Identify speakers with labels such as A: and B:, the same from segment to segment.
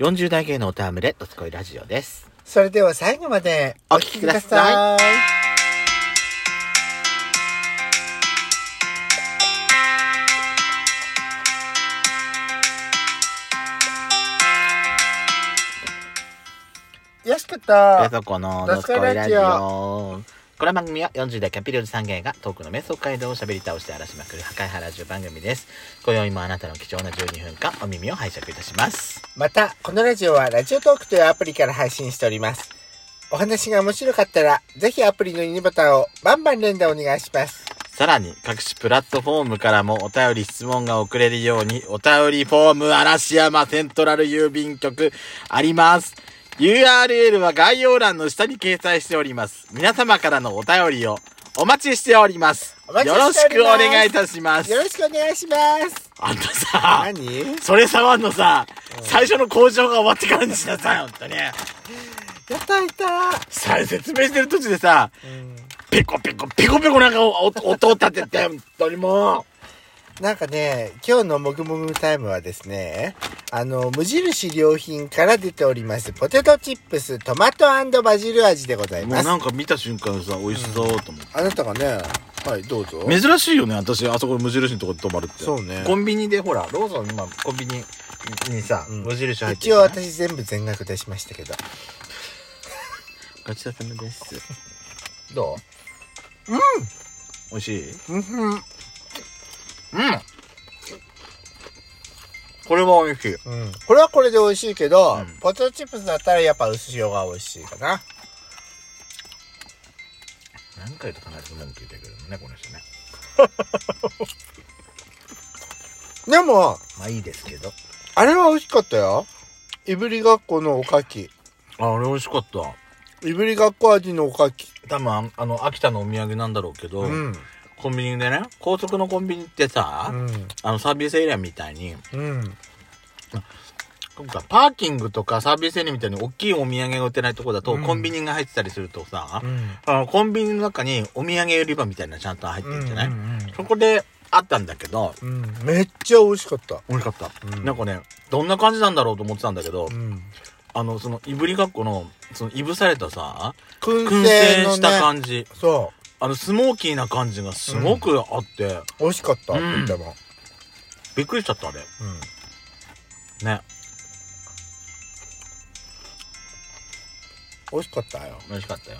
A: 40代芸能タームレドスコイラジオです。
B: それでは最後まで
A: お聞きくださ
B: い。よしかっ
A: ペ
B: た。
A: ソコのド
B: ド
A: ス
B: ス
A: コ
B: コ
A: イラ
B: イラ
A: ジ
B: ジ
A: オ。この番組は40代キャピリオジ3芸がトークの瞑想街道を喋り倒して荒らしまくる破壊原ジオ番組です。今宵もあなたの貴重な12分間お耳を拝借いたします。
B: また、このラジオはラジオトークというアプリから配信しております。お話が面白かったら、ぜひアプリのいいねボタンをバンバン連打お願いします。
A: さらに各種プラットフォームからもお便り質問が送れるようにお便りフォーム嵐山セントラル郵便局あります。URL は概要欄の下に掲載しております。皆様からのお便りをお待ちしております。
B: お待ち
A: よろし
B: してお
A: くお
B: ります
A: 願いいたします。
B: よろしくお願いします。
A: あんたさ、
B: 何
A: それ触んのさ、最初の工場が終わってからにしなさい、ほんとに。
B: やったやった。
A: さ、説明してる途中でさ、
B: うん
A: ペコペコ、ペコペコなんかおお音を立てて、ほんとにもう。
B: なんかね、今日のもぐもぐタイムはですね、あの、無印良品から出ております、ポテトチップストマトバジル味でござい
A: も
B: ま
A: う
B: す。
A: なんか見た瞬間さ美味しそうと思って、
B: あなたがね、はい、どうぞ。
A: 珍しいよね私あそこ無印のとこで泊まるって
B: そうね
A: コンビニでほらローソン今コンビニにさ、
B: うん
A: 無印入って
B: 一応私全部全額出しましたけど。
A: ごちそうさまです
B: ど
A: 美味しいう
B: うんふん。
A: うんこれは美味しい
B: うん。これはこれで美味しいけど、
A: うん
B: ポテトチップスだったらやっぱ薄塩が美味しいかな。
A: 何回と必ず文句言ってくるのねこの人ね
B: でも、
A: まあいいですけど
B: あれは美味しかったよ。いぶりがっこのおかき。
A: ああれ美味しかった
B: いぶりがっこ味のおかき。
A: 多分ああの秋田のお土産なんだろうけど、
B: うん。
A: コンビニでね高速のコンビニってさ、
B: うん。
A: あのサービスエリアみたいに
B: うん。
A: なんかパーキングとかサービスエリアみたいに大きいお土産が売ってないとこだと、
B: うん
A: コンビニが入ってたりするとさ、
B: うん。
A: あのコンビニの中にお土産売り場みたいなのちゃんと入ってるじゃない、
B: うんうん
A: そこであったんだけど、
B: うんうんめっちゃ美味しかった。
A: 美味しかった、
B: うん
A: なんかね、どんな感じなんだろうと思ってたんだけど、
B: うん。
A: あの、その、いぶりがっこの、その、いぶされたさ、
B: 燻
A: 燻
B: 製
A: 製
B: の
A: した
B: ね。
A: 感じ、
B: そ
A: あの、スモーキーな感じがすごくあって、
B: う。美味しかった。
A: うん
B: とても。
A: びっくりしちゃった、あれ。
B: うん。
A: ね。
B: 美味しかったよ。
A: 美味しかったよ。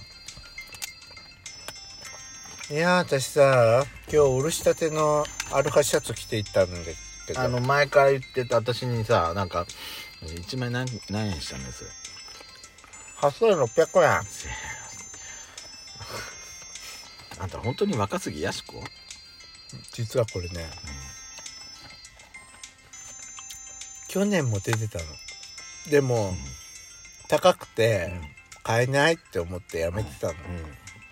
B: いやー、私さ、今日おろしたてのアロハシャツ着て行ったんだけど。
A: あの、前から言ってた私にさ、なんか、一枚何、何円したんです
B: 8600円。
A: あんた本当に若すぎやしこ
B: 実はこれね、去年も出てたの。でも、高くて、買えないって思ってやめてたの。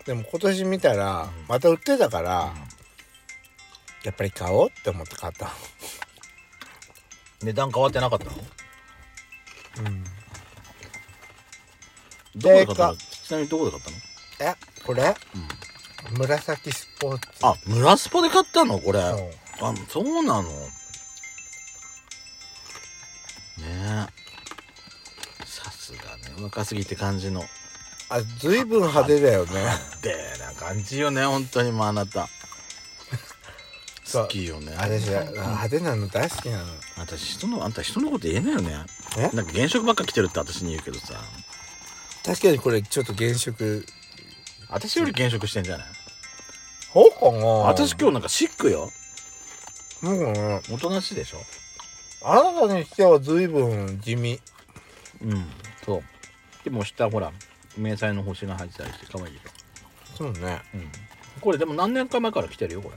B: でも今年見たら
A: うん、
B: また売ってたから、
A: あ
B: やっぱり買おうって思って買った。
A: 値段変わってなかったの
B: うん。
A: どこで買ったの
B: 定
A: ちなみにどこで買ったの
B: え、これ
A: うん
B: 紫スポーツ。
A: あ、村スポで買ったのこれ。あ、
B: うん
A: そうなのねえ。さすがね、若すぎって感じの。
B: あ、ずいぶん派手だよね。
A: でーな感じよね、本当にもうあなた。
B: そう
A: 好きよね。
B: 私、あ派手なの大好きなの。
A: 私人のあんた人のこと言えないよね
B: え
A: なんか現職ばっか来てるって私に言うけどさ
B: 確かにこれちょっと原色。
A: 私より現職してんじゃない
B: そうかな
A: 私今日なんかシックよ
B: うん。
A: おとなしいでしょ
B: あなたにしてはずいぶん地味。
A: うんそうでも下ほら迷彩の星が入ってたりして可愛いでし
B: そうね。
A: ょうんこれでも何年か前から来てるよこれ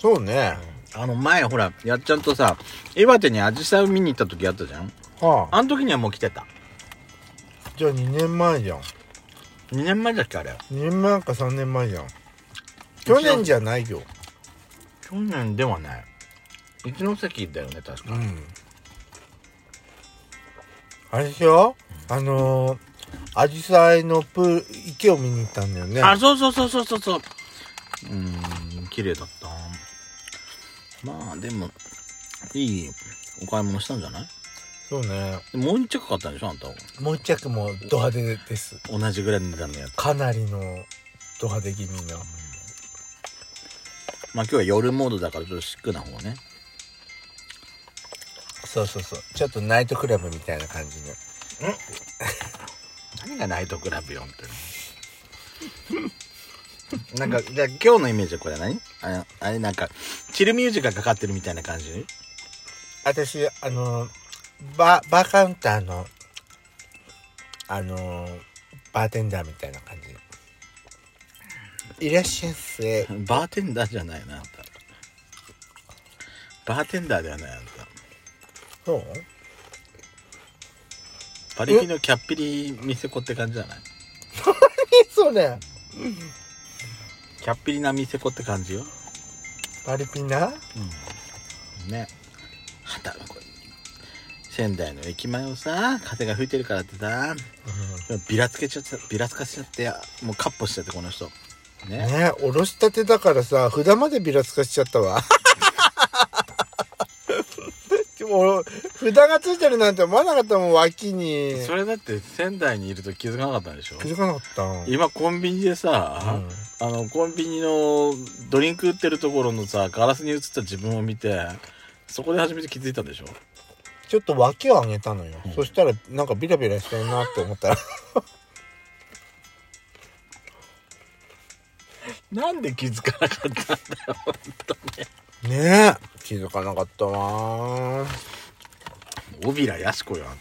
B: そうね。
A: あの前ほらやっちゃんとさ岩手にアジサイを見に行った時やったじゃん
B: はあ。
A: あの時にはもう来てた
B: じゃあ2年前じゃん。
A: 2年前だっけあれ
B: 2年前か3年前じゃん。去年じゃないよ。
A: 去年ではない一ノ関だよね確か
B: うん。あれでしょあのー、アジサイのプール、池を見に行ったんだよね。
A: あ、そうそうそうそうそうそう。うーん、綺麗だった。まあ、でも、いいお買い物したんじゃない
B: そうね
A: もう一着買ったんでしょあんた
B: もう一着もド派手です
A: 同じぐらいの値段のやつ
B: かなりのド派手気味な
A: まあ今日は夜モードだからちょっとシックな方ね
B: そうそうそうちょっとナイトクラブみたいな感じの
A: 何がナイトクラブよ みたいななんかじゃあ今日のイメージはこれ何あれあれなんかチルミュージックがかかってるみたいな感じ
B: 私あのバーバーカウンターのあのバーテンダーみたいな感じいらっしゃいませ
A: バーテンダーじゃないなあんたバーテンダーではないあんた
B: そう
A: パリピのキャッピリ店子って感じじゃない
B: えそれ
A: キャッピリな店子って感じよ
B: パリピナ
A: ねはたこれ仙台の駅前をさ風が吹いてるからってさビラつけちゃってビラつかしちゃってもうカッポしちゃってこの人ね
B: ねおろしたてだからさ札までビラつかしちゃったわ でも札がついてるなんて思わなかったもん脇に
A: それだって仙台にいると気づかなかったんでしょ
B: 気づかなかった
A: 今コンビニでさ、あのコンビニのドリンク売ってるところのさガラスに映った自分を見てそこで初めて気づいたんでしょ
B: ちょっと脇を上げたのよ、そしたらなんかビラビラしてるなって思ったら
A: なんで気づかなかった
B: ねえ気づかなかったわ
A: 大平やしこよあ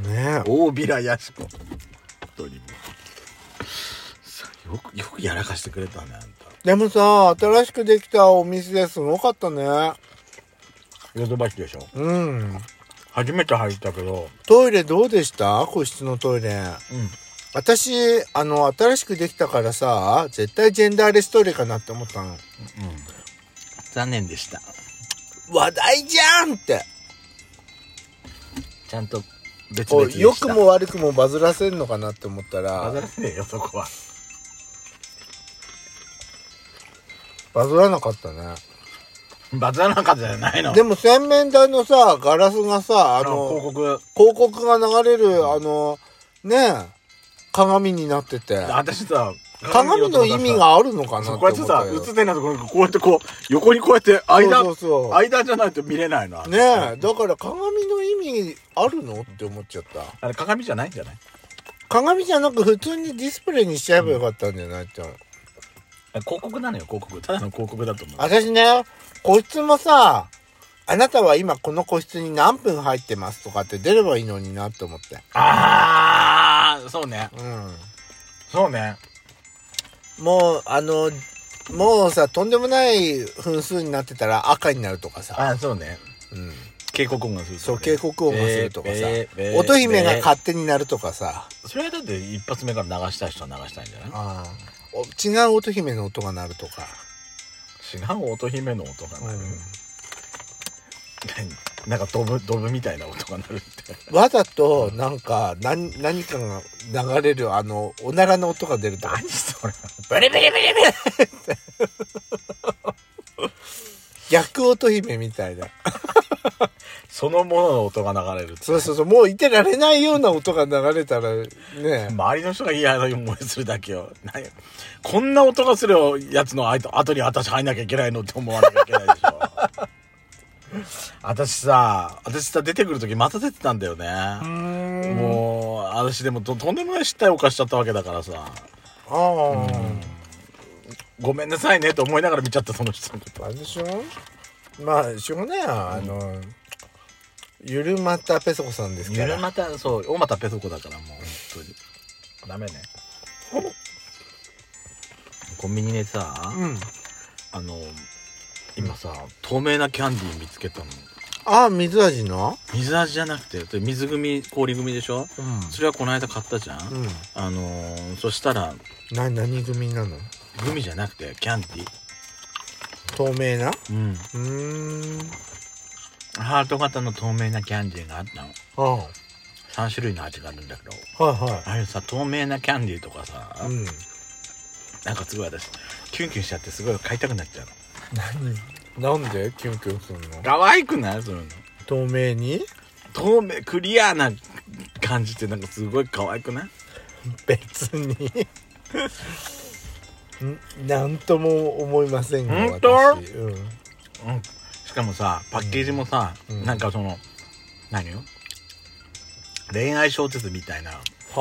A: んた
B: ねえ
A: 大平やしこ本当にもうさよくよくやらかしてくれたねあんた
B: でもさ新しくできたお店すごかったね
A: ヨドバシでしょ
B: うん
A: 初めて入ったけど
B: トイレどうでした個室のトイレ
A: うん
B: 私あの新しくできたからさ絶対ジェンダーレストイレかなって思ったの
A: 残念でした
B: 話題じゃんって
A: ちゃんと別
B: こ
A: 々に
B: う
A: した
B: 良くも悪くもバズらせんのかなって思ったら
A: バズらせねえよそこは
B: バズらなかったね
A: バズらなかったじゃないの
B: でも洗面台のさガラスがさあ
A: あの
B: の
A: 広告
B: 広告が流れるあのねえ鏡になってて
A: 私さ
B: 鏡の意味があるのかなって
A: そ
B: 思
A: こうや
B: っ
A: って
B: た
A: さ
B: よ
A: 映ってないところにこうやってこう横にこうやって間
B: そうそうそう
A: 間じゃないと見れないの
B: ねえだから鏡の意味あるのって思っちゃった
A: あれ鏡じゃないんじゃない
B: 鏡じゃなく普通にディスプレイにしちゃえばよかったんじゃないって思う
A: 広告なのよ広告ただの広告だと思う
B: 私ね個室もさあなたは今この個室に何分入ってますとかって出ればいいのになって思って
A: ああそうね
B: う
A: そうね
B: んもうあのもうさとんでもない分数になってたら赤になるとかさ、
A: ああそうね
B: うん、
A: 警告音がするとかね
B: そう警告音がするとかさ、
A: えーえー
B: 乙姫が
A: えー
B: 勝手になるとかさ、
A: それはだって一発目から流したい人は流したいんじゃない
B: あーお違う乙姫の音が鳴るとか、
A: 違う乙姫の音が鳴る、
B: う
A: 何なんかドブドブみたいな音が鳴るって
B: んわざとなんか何何かが流れるあのおならの音が出るとか
A: 何それ
B: ブリブリブリブリ逆乙姫みたいな。
A: そのものの音が流れるって
B: そうそうそう、もういてられないような音が流れたら、ね。
A: 周りの人が嫌な思いするだけよ何こんな音がするやつのあいと後に私入んなきゃいけないのって思わなきゃいけないでしょ私さ私さ出てくる時待たせてたんだよねもう私でもととんでもない失態を犯しちゃったわけだからさ
B: ああ、
A: ごめんなさいねと思いながら見ちゃったその人のこと
B: あれでしょまあ、しょうがないや、あの、ゆるまたペソコさんですか
A: ゆる
B: ら。
A: またそう大股ペソコだからもう本当にダメねコンビニでさ、
B: うん。
A: あの今さ透明なキャンディー見つけたの
B: ああ、水味の
A: 水味じゃなくて水組氷組でしょ
B: うん。
A: それはこの間買ったじゃん、
B: うん。
A: あのーそしたら
B: な、何組なの
A: グミじゃなくてキャンディー
B: 透明な
A: うん
B: うーん。
A: ハート型の透明なキャンディーがあったの
B: ああ、はい
A: 3種類の味があるんだけど
B: は
A: あれさ透明なキャンディーとかさ、
B: い。うん。
A: なんかすごい私キュンキュンしちゃってすごい買いたくなっちゃうの
B: 何なんでキュンキュンするの
A: 可愛くないそういうの
B: 透明に
A: 透明、クリアな感じってなんかすごい可愛くない
B: 別に んなんとも思いませんよ
A: 本当
B: 私うん
A: うん。しかもさ、パッケージもさ、
B: うん
A: なんかその、何よ恋愛小説みたいな、
B: は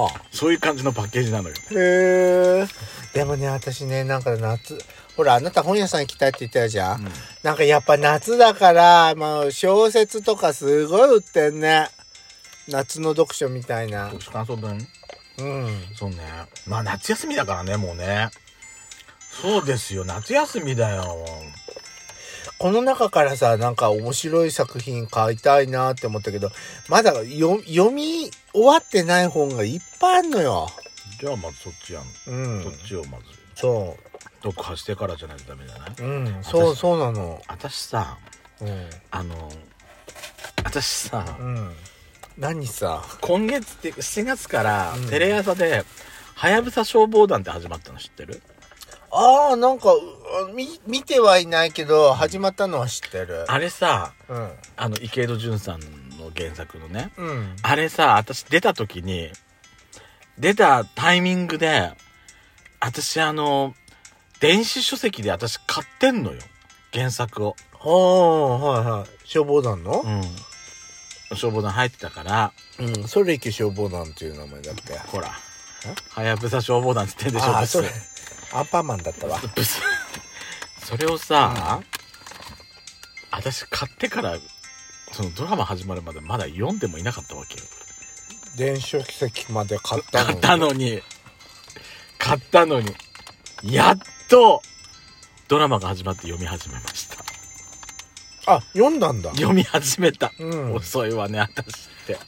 B: あ
A: そういう感じのパッケージなのよ。
B: へえでもね私ねなんか夏ほらあなた本屋さん行きたいって言ってたじゃん、なんかやっぱ夏だから、まあ、小説とかすごい売ってんね夏の読書みたいな
A: 読書感想文
B: うん
A: そうね。まあ夏休みだからね、もうね。そうですよ、夏休みだよ。
B: この中からさなんか面白い作品買いたいなって思ったけどまだよ読み終わってない本がいっぱいあんのよ
A: じゃあまずそっちやん。
B: うん
A: そっちをまず、
B: そ
A: 読破してからじゃないとダメじゃないう
B: うんそう
A: 私
B: そうなの
A: 私さ、
B: うん、
A: あの、私さ、
B: うん、何さ
A: 今月っていうか7月から
B: うん
A: テレ朝で「はやぶさ消防団」って始まったの知ってる
B: ああなんかうあみ見てはいないけど始まったのは知ってる
A: あれさ
B: うん
A: あの池井戸潤さんの原作のね
B: うん
A: あれさ私出た時に出たタイミングで私あの電子書籍で私買ってんのよ原作を
B: ああはいはい消防団の
A: うん消防団入ってたから
B: うんそれいけ消防団っていう名前だって
A: ほらはやぶさ消防団って言ってんでしょ
B: あー
A: ブス
B: それアンパンマンだったわ
A: ブスそれをさ、私買ってからそのドラマ始まるまでまだ読んでもいなかったわけよ
B: 電子書籍まで買ったの
A: 買ったのに買ったのにやっとドラマが始まって読み始めました
B: あ読んだんだ
A: 読み始めた、
B: うん
A: 遅いわね私って